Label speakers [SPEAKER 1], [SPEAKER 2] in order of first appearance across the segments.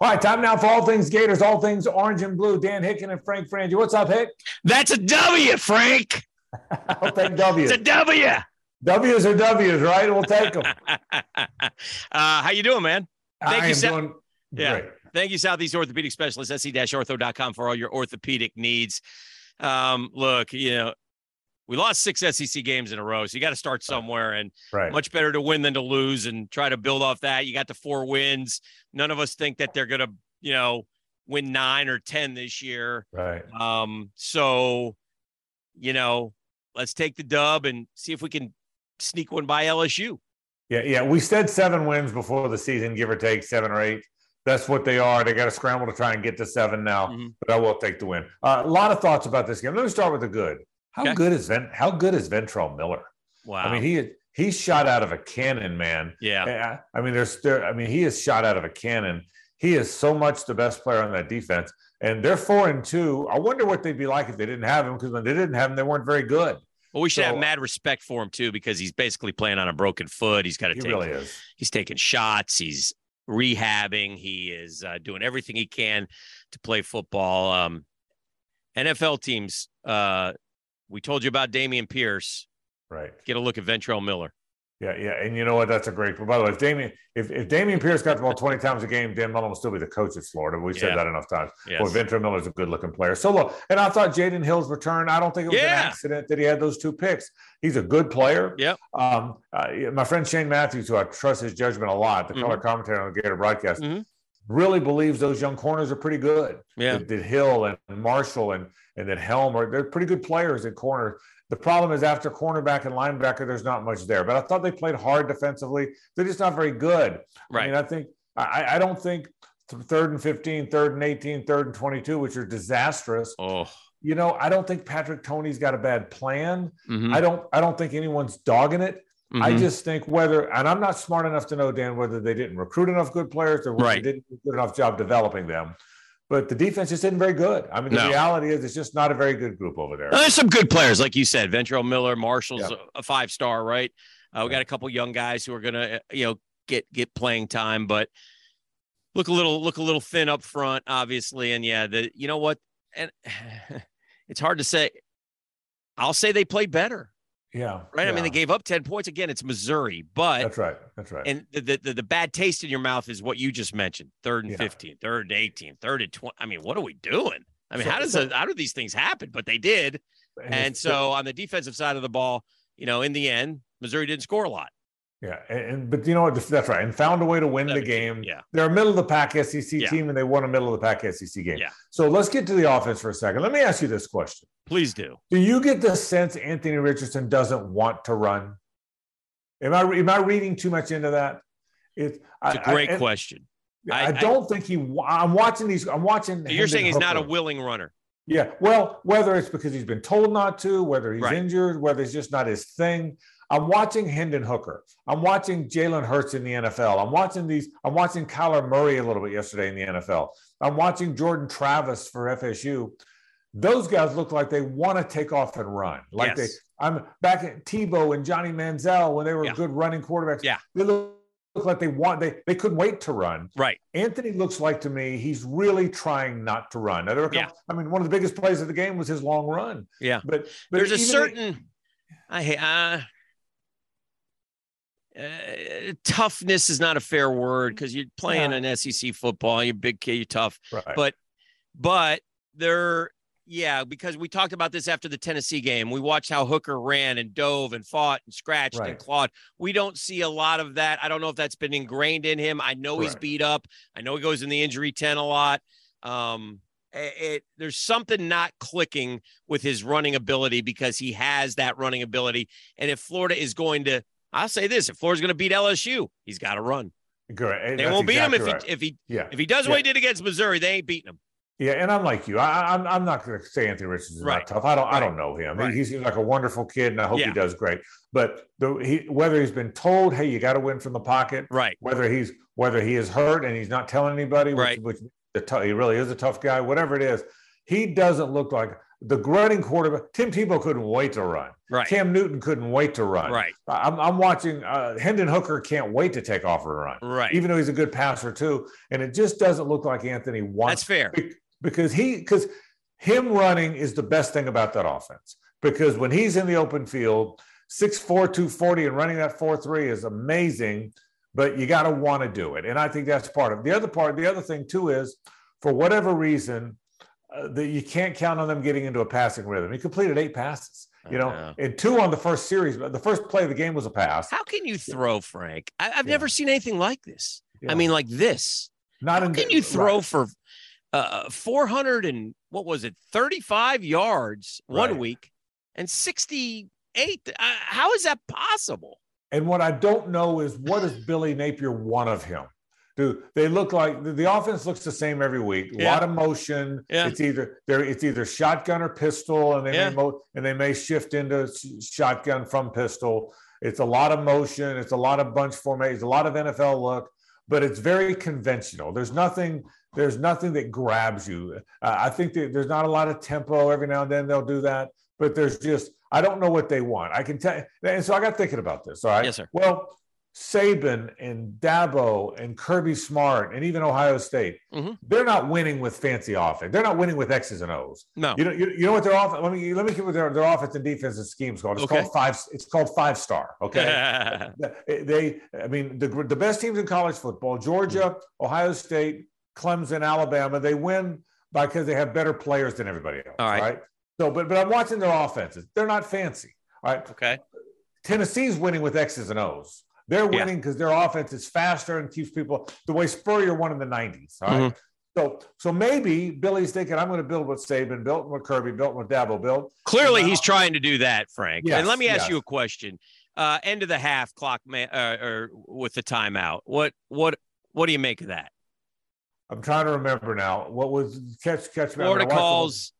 [SPEAKER 1] All right, time now for all things Gators, all things orange and blue. Dan Hicken and Frank Frangie. What's up, Hick?
[SPEAKER 2] That's a W, Frank.
[SPEAKER 1] I'll take W.
[SPEAKER 2] It's a W.
[SPEAKER 1] W's are W's, right? We'll take them.
[SPEAKER 2] uh, how you doing, man? Thank
[SPEAKER 1] I
[SPEAKER 2] you,
[SPEAKER 1] am
[SPEAKER 2] Seth.
[SPEAKER 1] doing
[SPEAKER 2] Yeah.
[SPEAKER 1] great.
[SPEAKER 2] Thank you, Southeast Orthopedic Specialist, E se-ortho.com for all your orthopedic needs. Um, look, you know, we lost six SEC games in a row, so you got to start somewhere, and
[SPEAKER 1] Right.
[SPEAKER 2] much better to win than to lose, and try to build off that. You got the four wins. None of us think that they're gonna, you know, win nine or ten this year.
[SPEAKER 1] Right.
[SPEAKER 2] Um, so, you know, let's take the dub and see if we can sneak one by LSU.
[SPEAKER 1] Yeah, yeah. We said seven wins before the season, give or take seven or eight. That's what they are. They got to scramble to try and get to seven now,
[SPEAKER 2] Mhm.
[SPEAKER 1] but I will take the win. Uh, a lot of thoughts about this game. Let me start with the good. How
[SPEAKER 2] Okay.
[SPEAKER 1] good is Ven- How good is Ventrell Miller?
[SPEAKER 2] Wow.
[SPEAKER 1] I mean, he he shot out of a cannon, man.
[SPEAKER 2] yeah.
[SPEAKER 1] Yeah. I mean, there's there, I mean, he is shot out of a cannon. He is so much the best player on that defense. And they're four and two. I wonder what they'd be like if they didn't have him, because when they didn't have him, they weren't very good.
[SPEAKER 2] Well, we should have
[SPEAKER 1] So-
[SPEAKER 2] mad respect for him too, because he's basically playing on a broken foot. He's got to
[SPEAKER 1] He
[SPEAKER 2] take.
[SPEAKER 1] really is.
[SPEAKER 2] He's taking shots. He's rehabbing. He is uh, doing everything he can to play football. Um, NFL teams. Uh, we told you about Damian Pierce.
[SPEAKER 1] Right.
[SPEAKER 2] Get a look at Ventrell Miller.
[SPEAKER 1] Yeah, yeah, and you know what? That's a great. By the way, if Damian if, if Damian Pierce got the ball twenty times a game, Dan Mullen will still be the coach at Florida. We've
[SPEAKER 2] Yeah.
[SPEAKER 1] said that enough times.
[SPEAKER 2] Yes.
[SPEAKER 1] Well, Ventura Miller's a good-looking player. So look, and I thought Jaden Hill's return. I don't think it was
[SPEAKER 2] Yeah.
[SPEAKER 1] an accident that he had those two picks. He's a good player.
[SPEAKER 2] Yep.
[SPEAKER 1] Um, uh, my friend Shane Matthews, who I trust his judgment a lot, the
[SPEAKER 2] Mhm.
[SPEAKER 1] color commentator on the Gator broadcast,
[SPEAKER 2] Mhm.
[SPEAKER 1] really believes those young corners are pretty good
[SPEAKER 2] yeah.
[SPEAKER 1] that, that Hill and Marshall and and then Helmer, they're pretty good players at corner. The problem is after cornerback and linebacker, there's not much there. But I thought they played hard defensively. They're just not very good. I
[SPEAKER 2] Right.
[SPEAKER 1] mean, I think I, I- I don't think th- third and 15, third and 18, third and 22, which are disastrous.
[SPEAKER 2] Oh.
[SPEAKER 1] You know, I don't think Patrick Tony's got a bad plan.
[SPEAKER 2] mhm,
[SPEAKER 1] I don't I don't think anyone's dogging it. I
[SPEAKER 2] mhm.
[SPEAKER 1] just think whether, and I'm not smart enough to know, Dan, whether they didn't recruit enough good players or whether
[SPEAKER 2] Right.
[SPEAKER 1] they didn't do a good enough job developing them. But the defense just isn't very good. I mean, the
[SPEAKER 2] No.
[SPEAKER 1] reality is it's just not a very good group over there.
[SPEAKER 2] Now, there's some good players, like you said, Ventrell Miller, Marshall's
[SPEAKER 1] Yeah.
[SPEAKER 2] a five star, right? Uh, we got a couple young guys who are gonna, uh, you know, get get playing time, but look a little look a little thin up front, obviously. And yeah, the you know what, and it's hard to say. I'll say they played better,
[SPEAKER 1] Yeah.
[SPEAKER 2] right? I mean,
[SPEAKER 1] yeah.
[SPEAKER 2] they gave up ten points again. It's Missouri, but
[SPEAKER 1] That's right. That's right.
[SPEAKER 2] and the, the the the bad taste in your mouth is what you just mentioned: third and
[SPEAKER 1] Yeah.
[SPEAKER 2] fifteen, third and eighteen, third and twenty. I mean, what are we doing? I mean,
[SPEAKER 1] So-
[SPEAKER 2] how does
[SPEAKER 1] so-
[SPEAKER 2] the, how do these things happen? But they did. And
[SPEAKER 1] it's-
[SPEAKER 2] so on the defensive side of the ball, you know, in the end, Missouri didn't score a lot.
[SPEAKER 1] yeah. And, and- but you know what? That's right. And found a way to win the
[SPEAKER 2] Seventeen,
[SPEAKER 1] game.
[SPEAKER 2] yeah.
[SPEAKER 1] They're a middle of the pack SEC
[SPEAKER 2] Yeah.
[SPEAKER 1] team and they won a middle of the pack SEC game.
[SPEAKER 2] Yeah.
[SPEAKER 1] So let's get to the offense for a second. Let me ask you this question
[SPEAKER 2] Please do.
[SPEAKER 1] Do you get the sense Anthony Richardson doesn't want to run? Am I am I reading too much into that? It's,
[SPEAKER 2] It's a
[SPEAKER 1] I-
[SPEAKER 2] great
[SPEAKER 1] I, and
[SPEAKER 2] question.
[SPEAKER 1] I,
[SPEAKER 2] I- I-
[SPEAKER 1] don't think he. wa- I'm watching these. I'm watching.
[SPEAKER 2] You're
[SPEAKER 1] Hendon
[SPEAKER 2] saying he's not a
[SPEAKER 1] Hooker.
[SPEAKER 2] willing runner.
[SPEAKER 1] Yeah. Well, whether it's because he's been told not to, whether he's
[SPEAKER 2] Right.
[SPEAKER 1] injured, whether it's just not his thing. I'm watching Hendon Hooker. I'm watching Jalen Hurts in the NFL. I'm watching these. I'm watching Kyler Murray a little bit yesterday in the NFL. I'm watching Jordan Travis for FSU. Those guys look like they want to take off and run. Like they.
[SPEAKER 2] Yes.
[SPEAKER 1] I'm back at Tebow and Johnny Manziel when they were
[SPEAKER 2] Yeah.
[SPEAKER 1] good running quarterbacks.
[SPEAKER 2] Yeah.
[SPEAKER 1] They look, look like they want. They they couldn't wait to run.
[SPEAKER 2] Right.
[SPEAKER 1] Anthony looks like to me he's really trying not to run. Now, there were a
[SPEAKER 2] Yeah.
[SPEAKER 1] couple, I mean, one of the biggest plays of the game was his long run.
[SPEAKER 2] Yeah.
[SPEAKER 1] but, but
[SPEAKER 2] There's a
[SPEAKER 1] even
[SPEAKER 2] certain I hate uh, uh, toughness is not a fair word because you're playing
[SPEAKER 1] Yeah.
[SPEAKER 2] an SEC football. You're a big kid. You're tough.
[SPEAKER 1] if- right.
[SPEAKER 2] but- but they're yeah because we talked about this after the tennessee game we watched how hooker ran and dove and fought and scratched and
[SPEAKER 1] Right.
[SPEAKER 2] clawed we don't see a lot of that i don't know if that's been ingrained in him i know he's
[SPEAKER 1] Correct.
[SPEAKER 2] beat up i know he goes in the injury tent a lot um it, it- there's something not clicking with his running ability because he has that running ability and if florida is going to i'll say this if florida's going to beat lsu he's got to run
[SPEAKER 1] Correct.
[SPEAKER 2] they
[SPEAKER 1] That's
[SPEAKER 2] won't beat him
[SPEAKER 1] exactly right.
[SPEAKER 2] if, he, if he
[SPEAKER 1] yeah,
[SPEAKER 2] if he does what
[SPEAKER 1] Yeah.
[SPEAKER 2] he did against missouri they ain't beating him
[SPEAKER 1] yeah, and I'm like you. I, I'm I'm not going to say Anthony Richardson's
[SPEAKER 2] Right.
[SPEAKER 1] not tough. I don't I
[SPEAKER 2] Right.
[SPEAKER 1] don't know him. He-
[SPEAKER 2] Right.
[SPEAKER 1] He, seems like a wonderful kid, and I hope
[SPEAKER 2] Yeah.
[SPEAKER 1] he does great. But the, he, whether he's been told, hey, you got to win from the pocket,
[SPEAKER 2] right
[SPEAKER 1] whether he's whether he is hurt and he's not telling anybody, which,
[SPEAKER 2] Right.
[SPEAKER 1] which the tou- he really is a tough guy, whatever it is, he doesn't look like the running quarterback. Tim Tebow couldn't wait to run.
[SPEAKER 2] Right.
[SPEAKER 1] Cam Newton couldn't wait to run.
[SPEAKER 2] Right.
[SPEAKER 1] I'm, I'm watching uh, Hendon Hooker can't wait to take off and run,
[SPEAKER 2] Right.
[SPEAKER 1] even though he's a good passer too. And it just doesn't look like Anthony
[SPEAKER 2] That's
[SPEAKER 1] wants
[SPEAKER 2] fair.
[SPEAKER 1] be- because he because him running is the best thing about that offense. Because when he's in the open field, 6'4, 240 and running that 4-3 is amazing, but you got to want to do it. And I think that's part of the other part, the other thing too is for whatever reason, uh, that you can't count on them getting into a passing rhythm. He completed eight passes,
[SPEAKER 2] I
[SPEAKER 1] you know,
[SPEAKER 2] know.
[SPEAKER 1] and two on the first series. But the first play of the game was a pass.
[SPEAKER 2] Uh-huh. How can you throw, Frank? I, I've
[SPEAKER 1] Yeah.
[SPEAKER 2] never seen anything like this.
[SPEAKER 1] Yeah.
[SPEAKER 2] I mean, like this.
[SPEAKER 1] Not
[SPEAKER 2] How
[SPEAKER 1] in
[SPEAKER 2] can you throw
[SPEAKER 1] right.
[SPEAKER 2] for uh, 400 and what was it, 35 yards one
[SPEAKER 1] Right.
[SPEAKER 2] week and 68? Uh, how is that possible?
[SPEAKER 1] And what I don't know is what does Billy Napier want of him? Do they look like the- the offense looks the same every week? A
[SPEAKER 2] Yeah.
[SPEAKER 1] lot of motion.
[SPEAKER 2] Yeah.
[SPEAKER 1] It's either there. It's either shotgun or pistol, and they
[SPEAKER 2] Yeah.
[SPEAKER 1] may mo- and they may shift into sh- shotgun from pistol. It's a lot of motion. It's a lot of bunch formation. It's a lot of NFL look, but it's very conventional. There's nothing. There's nothing that grabs you. Uh, I think that there's not a lot of tempo. Every now and then they'll do that, but there's just I don't know what they want. I can tell, and so I got thinking about this. All right.
[SPEAKER 2] Yes, sir.
[SPEAKER 1] Well, Saban and Dabo and Kirby Smart and even Ohio State,
[SPEAKER 2] Mhm.
[SPEAKER 1] they're not winning with fancy offense. They're not winning with X's and O's.
[SPEAKER 2] No.
[SPEAKER 1] You know, you, you know what their off. Let me let me give you their their offense and defensive schemes called. It's
[SPEAKER 2] Okay.
[SPEAKER 1] called five. It's called five star. Okay.
[SPEAKER 2] Yeah.
[SPEAKER 1] They- eh, they i mean the, the best teams in college football georgia
[SPEAKER 2] Mm-hmm.
[SPEAKER 1] ohio state clemson alabama they win because they have better players than everybody else
[SPEAKER 2] All right.
[SPEAKER 1] so but but i'm watching their offenses they're not fancy all right
[SPEAKER 2] okay.
[SPEAKER 1] tennessee's winning with x's and o's they're
[SPEAKER 2] Yeah.
[SPEAKER 1] winning because their offense is faster and keeps people the way spurrier won in the 90s all
[SPEAKER 2] Mm-hmm.
[SPEAKER 1] right? so so maybe billy's thinking i'm going to build what saban built and what kirby built and what dabo built
[SPEAKER 2] Clearly,
[SPEAKER 1] Well-
[SPEAKER 2] he's trying to do that, Frank.
[SPEAKER 1] Yes,
[SPEAKER 2] and let me ask
[SPEAKER 1] yes.
[SPEAKER 2] you a question. Uh, end of the half clock, ma- uh, or with the timeout. What, what, what do you make of that?
[SPEAKER 1] i'm trying to remember now what was catch catch me- I mean, I
[SPEAKER 2] Florida
[SPEAKER 1] watched the whole-
[SPEAKER 2] calls.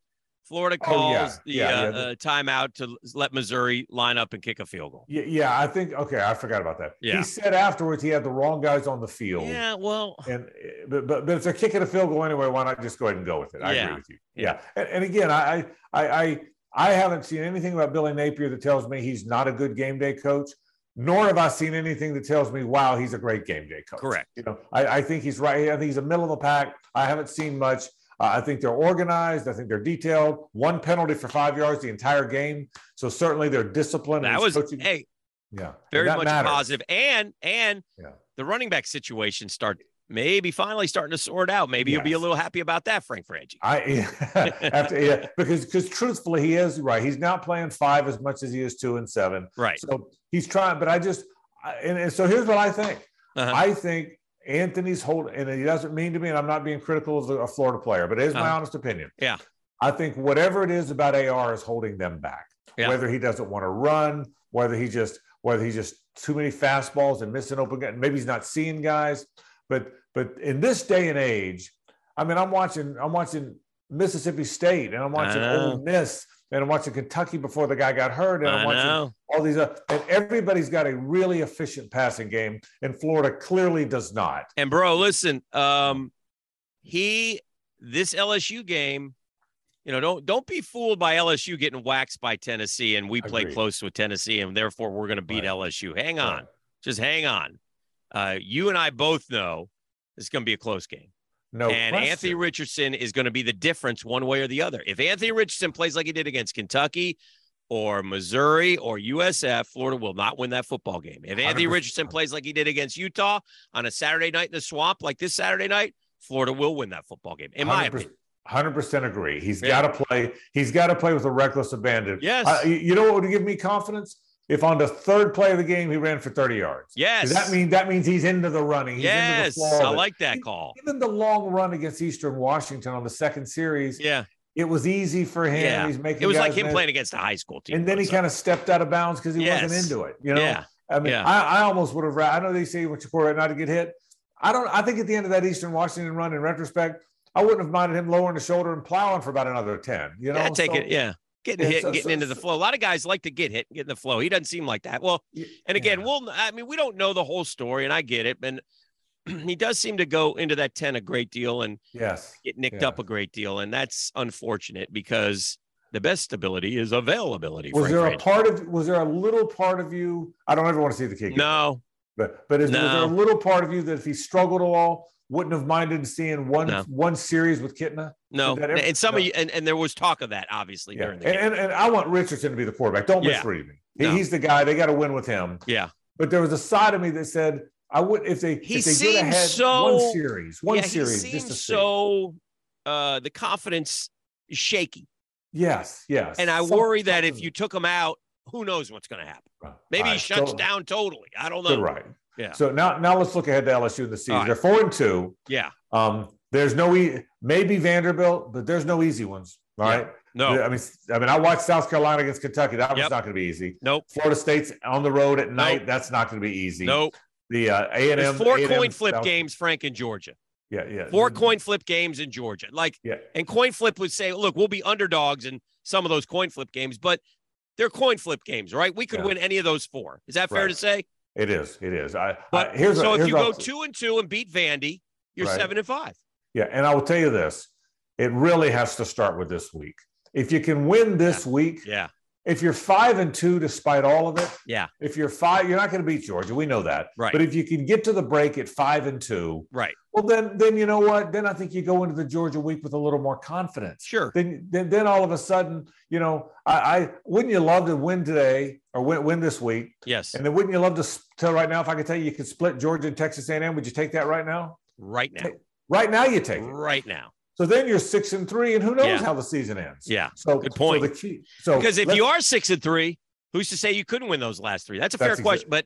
[SPEAKER 2] Florida
[SPEAKER 1] Oh,
[SPEAKER 2] calls
[SPEAKER 1] yeah,
[SPEAKER 2] the
[SPEAKER 1] yeah,
[SPEAKER 2] uh,
[SPEAKER 1] yeah.
[SPEAKER 2] Uh, timeout to let Missouri line up and kick a field goal.
[SPEAKER 1] Yeah, yeah, I think okay, I forgot about that.
[SPEAKER 2] Yeah.
[SPEAKER 1] He said afterwards he had the wrong guys on the field.
[SPEAKER 2] Yeah, well,
[SPEAKER 1] And but, but but if they're kicking a field goal anyway, why not just go ahead and go with it? I
[SPEAKER 2] Yeah.
[SPEAKER 1] agree with you. Yeah. And, and again, I I I I haven't seen anything about Billy Napier that tells me he's not a good game day coach, nor have I seen anything that tells me, wow, he's a great game day coach.
[SPEAKER 2] Correct.
[SPEAKER 1] You know, I, I think he's right. I think he's a middle of the pack. I haven't seen much. Uh, I think they're organized. I think they're detailed. One penalty for five yards the entire game. So certainly they're disciplined. and
[SPEAKER 2] that was
[SPEAKER 1] his coaching-
[SPEAKER 2] hey,
[SPEAKER 1] yeah, and
[SPEAKER 2] very
[SPEAKER 1] that
[SPEAKER 2] much
[SPEAKER 1] matters.
[SPEAKER 2] positive. And and
[SPEAKER 1] Yeah.
[SPEAKER 2] the running back situation start maybe finally starting to sort out. Maybe you'll be a
[SPEAKER 1] Yes.
[SPEAKER 2] little happy about that, Frank Frangie.
[SPEAKER 1] I after yeah, because because truthfully he is right. He's not playing five as much as he is two and seven.
[SPEAKER 2] Right.
[SPEAKER 1] So he's trying, but I just I- and, and so here's what I think.
[SPEAKER 2] Uh-huh.
[SPEAKER 1] I think Anthony's holding, and it doesn't mean to me, and I'm not being critical of the- a Florida player, but it is my
[SPEAKER 2] Uh-huh.
[SPEAKER 1] honest opinion.
[SPEAKER 2] Yeah.
[SPEAKER 1] I think whatever it is about AR is holding them back.
[SPEAKER 2] Yeah.
[SPEAKER 1] Whether he doesn't want to run, whether he just whether he just too many fastballs and missing open guys, maybe he's not seeing guys. But but in this day and age, I mean, I'm watching I'm watching Mississippi State and I'm watching
[SPEAKER 2] I know.
[SPEAKER 1] Ole Miss and I'm watching Kentucky before the guy got hurt and I'm
[SPEAKER 2] I
[SPEAKER 1] watching
[SPEAKER 2] know.
[SPEAKER 1] all these uh, and everybody's got a really efficient passing game and florida clearly does not
[SPEAKER 2] And bro, listen, um, he this LSU game, you know, don't don't be fooled by LSU getting waxed by Tennessee, and we play
[SPEAKER 1] Agreed.
[SPEAKER 2] close with Tennessee, and therefore we're going to beat
[SPEAKER 1] Right.
[SPEAKER 2] LSU. Hang on, just hang on. Uh, you and I both know it's going to be a close game,
[SPEAKER 1] no
[SPEAKER 2] and
[SPEAKER 1] question.
[SPEAKER 2] Anthony Richardson is going to be the difference one way or the other. If Anthony Richardson plays like he did against Kentucky. Or Missouri or USF, Florida will not win that football game. If Anthony
[SPEAKER 1] 100%.
[SPEAKER 2] Richardson plays like he did against Utah, on a Saturday night in the swamp like this Saturday night, Florida will win that football game, in my
[SPEAKER 1] 100%
[SPEAKER 2] opinion.
[SPEAKER 1] 100% agree he's
[SPEAKER 2] Yeah.
[SPEAKER 1] got to play he's got to play with a reckless abandon
[SPEAKER 2] Yes.
[SPEAKER 1] I- you know what would give me confidence if on the third play of the game he ran for 30 yards
[SPEAKER 2] Yes.
[SPEAKER 1] Does that mean that means he's into the running he's into the
[SPEAKER 2] yes.
[SPEAKER 1] floor
[SPEAKER 2] I like that call.
[SPEAKER 1] even the long run against eastern washington on the second series
[SPEAKER 2] Yeah.
[SPEAKER 1] it was easy for him
[SPEAKER 2] Yeah.
[SPEAKER 1] he's making
[SPEAKER 2] It was like
[SPEAKER 1] guys
[SPEAKER 2] him
[SPEAKER 1] miss.
[SPEAKER 2] playing against a high school team.
[SPEAKER 1] and then he kind of stepped out of bounds because he
[SPEAKER 2] Yes.
[SPEAKER 1] wasn't into it you know
[SPEAKER 2] yeah.
[SPEAKER 1] I mean,
[SPEAKER 2] Yeah.
[SPEAKER 1] I, I almost would have. ra- I know they say you want your quarterback not to get hit. I don't. I think at the end of that Eastern Washington run, in retrospect, I wouldn't have minded him lowering the shoulder and plowing for about another ten. You know,
[SPEAKER 2] yeah, take
[SPEAKER 1] So-
[SPEAKER 2] it. Yeah. Getting
[SPEAKER 1] Yeah,
[SPEAKER 2] hit,
[SPEAKER 1] so-
[SPEAKER 2] and getting
[SPEAKER 1] so-
[SPEAKER 2] into the
[SPEAKER 1] so-
[SPEAKER 2] flow. A lot of guys like to get hit and get in the flow. He doesn't seem like that. Well,
[SPEAKER 1] Y-
[SPEAKER 2] and again,
[SPEAKER 1] yeah.
[SPEAKER 2] we'll, I mean, we don't know the whole story, and I get it. And he does seem to go into that 10 a great deal and
[SPEAKER 1] Yes.
[SPEAKER 2] get nicked
[SPEAKER 1] Yeah.
[SPEAKER 2] up a great deal. And that's unfortunate because the best stability is availability.
[SPEAKER 1] Was
[SPEAKER 2] Frank
[SPEAKER 1] there a
[SPEAKER 2] Reich.
[SPEAKER 1] part of was there a little part of you? I don't ever want to see the kid. get hurt,
[SPEAKER 2] No,
[SPEAKER 1] But but is, was there
[SPEAKER 2] No.
[SPEAKER 1] a little part of you that if he struggled at all wouldn't have minded seeing one
[SPEAKER 2] No.
[SPEAKER 1] one series with Kitna?
[SPEAKER 2] no,
[SPEAKER 1] Did that ever-
[SPEAKER 2] and some
[SPEAKER 1] no.
[SPEAKER 2] of you, and, and there was talk of that obviously
[SPEAKER 1] Yeah.
[SPEAKER 2] during
[SPEAKER 1] And,
[SPEAKER 2] the game.
[SPEAKER 1] and and I want Richardson to be the quarterback. Don't
[SPEAKER 2] Yeah.
[SPEAKER 1] misread me. He,
[SPEAKER 2] No.
[SPEAKER 1] He's the guy. They got to win with him.
[SPEAKER 2] Yeah.
[SPEAKER 1] But there was a side of me that said I would if they
[SPEAKER 2] He
[SPEAKER 1] if they
[SPEAKER 2] seemed
[SPEAKER 1] did ahead
[SPEAKER 2] so-
[SPEAKER 1] one series one
[SPEAKER 2] yeah,
[SPEAKER 1] series
[SPEAKER 2] he
[SPEAKER 1] just
[SPEAKER 2] seemed
[SPEAKER 1] to see.
[SPEAKER 2] so uh, the confidence is shaky,
[SPEAKER 1] Yes, yes.
[SPEAKER 2] and I
[SPEAKER 1] Some-
[SPEAKER 2] worry that if
[SPEAKER 1] something-
[SPEAKER 2] you took him out, who knows what's going to happen?
[SPEAKER 1] Right.
[SPEAKER 2] Maybe
[SPEAKER 1] All
[SPEAKER 2] he
[SPEAKER 1] right,
[SPEAKER 2] shuts
[SPEAKER 1] so-
[SPEAKER 2] down totally. I don't
[SPEAKER 1] Good
[SPEAKER 2] know.
[SPEAKER 1] right.
[SPEAKER 2] Yeah.
[SPEAKER 1] So now now let's look ahead to LSU in the season.
[SPEAKER 2] All right.
[SPEAKER 1] They're four and two.
[SPEAKER 2] Yeah,
[SPEAKER 1] Um, there's no e- maybe Vanderbilt, but there's no easy ones. All
[SPEAKER 2] Yeah.
[SPEAKER 1] right.
[SPEAKER 2] no,
[SPEAKER 1] I mean, I mean, I watched South Carolina against Kentucky. That was
[SPEAKER 2] Yep.
[SPEAKER 1] not going to be easy.
[SPEAKER 2] nope,
[SPEAKER 1] Florida State's on the road at night. That's not going to be easy.
[SPEAKER 2] nope.
[SPEAKER 1] The uh, A and M.
[SPEAKER 2] There's four coin flip games, Frank, in Georgia.
[SPEAKER 1] Yeah, yeah.
[SPEAKER 2] Four coin flip games in Georgia. Like,
[SPEAKER 1] Yeah.
[SPEAKER 2] and coin flip would say, look, we'll be underdogs in some of those coin flip games, but they're coin flip games, right? We could
[SPEAKER 1] Yeah.
[SPEAKER 2] win any of those four. Is that fair
[SPEAKER 1] Right.
[SPEAKER 2] to say?
[SPEAKER 1] It is. It is. I,
[SPEAKER 2] But-
[SPEAKER 1] I here's
[SPEAKER 2] so
[SPEAKER 1] a,
[SPEAKER 2] if
[SPEAKER 1] here's
[SPEAKER 2] you
[SPEAKER 1] a-
[SPEAKER 2] go two and two and beat Vandy, you're
[SPEAKER 1] Right.
[SPEAKER 2] seven and five.
[SPEAKER 1] Yeah, and I will tell you this: it really has to start with this week. If you can win this week,
[SPEAKER 2] Yeah.
[SPEAKER 1] if you're five and two despite all of it,
[SPEAKER 2] Yeah.
[SPEAKER 1] If you're five, you're not going to beat Georgia. We know that.
[SPEAKER 2] Right.
[SPEAKER 1] But if you can get to the break at five and two,
[SPEAKER 2] Right.
[SPEAKER 1] well, then then you know what? Then I think you go into the Georgia week with a little more confidence.
[SPEAKER 2] Sure.
[SPEAKER 1] Then then, then all of a sudden, you know, I, I wouldn't you love to win today or win win this week,
[SPEAKER 2] Yes.
[SPEAKER 1] and then wouldn't you love to s- tell right now if I could tell you you could split Georgia and Texas A&M? Would you take that right now?
[SPEAKER 2] Right now.
[SPEAKER 1] Right now, you take it.
[SPEAKER 2] Right now.
[SPEAKER 1] So then you're six and three, and who knows
[SPEAKER 2] Mm-hmm. Yeah.
[SPEAKER 1] how the season ends?
[SPEAKER 2] Yeah.
[SPEAKER 1] So
[SPEAKER 2] Good point.
[SPEAKER 1] So the key. So
[SPEAKER 2] Because if
[SPEAKER 1] let's-
[SPEAKER 2] you are six and three, who's to say you couldn't win those last three? That's a fair
[SPEAKER 1] That's exa-
[SPEAKER 2] question, but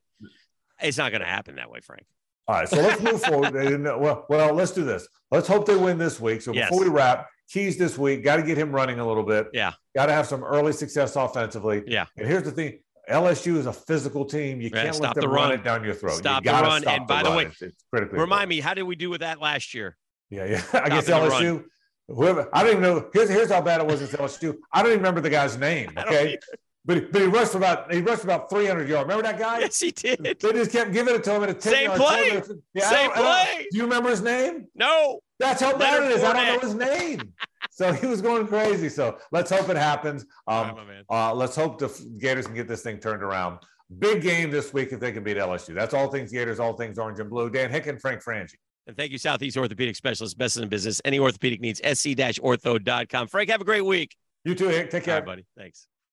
[SPEAKER 2] it's not going to happen that way, Frank.
[SPEAKER 1] All right, so let's move forward. They didn't know- Well, well, let's do this. Let's hope they win this week. So
[SPEAKER 2] Yes.
[SPEAKER 1] before we wrap, Keys this week, got to get him running a little bit.
[SPEAKER 2] Yeah.
[SPEAKER 1] Got to have some early success offensively.
[SPEAKER 2] Yeah.
[SPEAKER 1] And here's the thing LSU is a physical team. You
[SPEAKER 2] Yeah,
[SPEAKER 1] can't
[SPEAKER 2] stop
[SPEAKER 1] let
[SPEAKER 2] the
[SPEAKER 1] them run
[SPEAKER 2] run.
[SPEAKER 1] it down your throat.
[SPEAKER 2] Stop the
[SPEAKER 1] you gotta
[SPEAKER 2] run.
[SPEAKER 1] Stop
[SPEAKER 2] And by the way,
[SPEAKER 1] it's, it's critically
[SPEAKER 2] Remind me, how did we do with that last year?
[SPEAKER 1] Yeah, yeah. I guess
[SPEAKER 2] the run.
[SPEAKER 1] LSU. Whoever I don't even know. Here's here's how bad it was against LSU. I don't even remember the guy's name.
[SPEAKER 2] I don't
[SPEAKER 1] Okay, but but he rushed for about he rushed for about 300 yards. Remember that guy?
[SPEAKER 2] Yes, he
[SPEAKER 1] They
[SPEAKER 2] did.
[SPEAKER 1] just kept giving it to him at a 10
[SPEAKER 2] Same
[SPEAKER 1] yard
[SPEAKER 2] play.
[SPEAKER 1] corner. Yeah, I
[SPEAKER 2] Same
[SPEAKER 1] don't- I don't-
[SPEAKER 2] play.
[SPEAKER 1] Do you remember his name?
[SPEAKER 2] No.
[SPEAKER 1] That's how bad
[SPEAKER 2] Leonard
[SPEAKER 1] it is. I don't know his name. So he was going crazy. So let's hope it happens.
[SPEAKER 2] All right,
[SPEAKER 1] Um,
[SPEAKER 2] my man.
[SPEAKER 1] uh, let's hope the Gators can get this thing turned around. Big game this week if they can beat LSU. That's all things Gators, all things orange and blue. Dan Hicken, Frank Frangie.
[SPEAKER 2] And thank you, Southeast Orthopedic Specialist, best in the business. Any orthopedic needs, sc-ortho.com. Frank, have a great week.
[SPEAKER 1] You too, Hick. Take
[SPEAKER 2] All
[SPEAKER 1] care.
[SPEAKER 2] right, buddy. Thanks.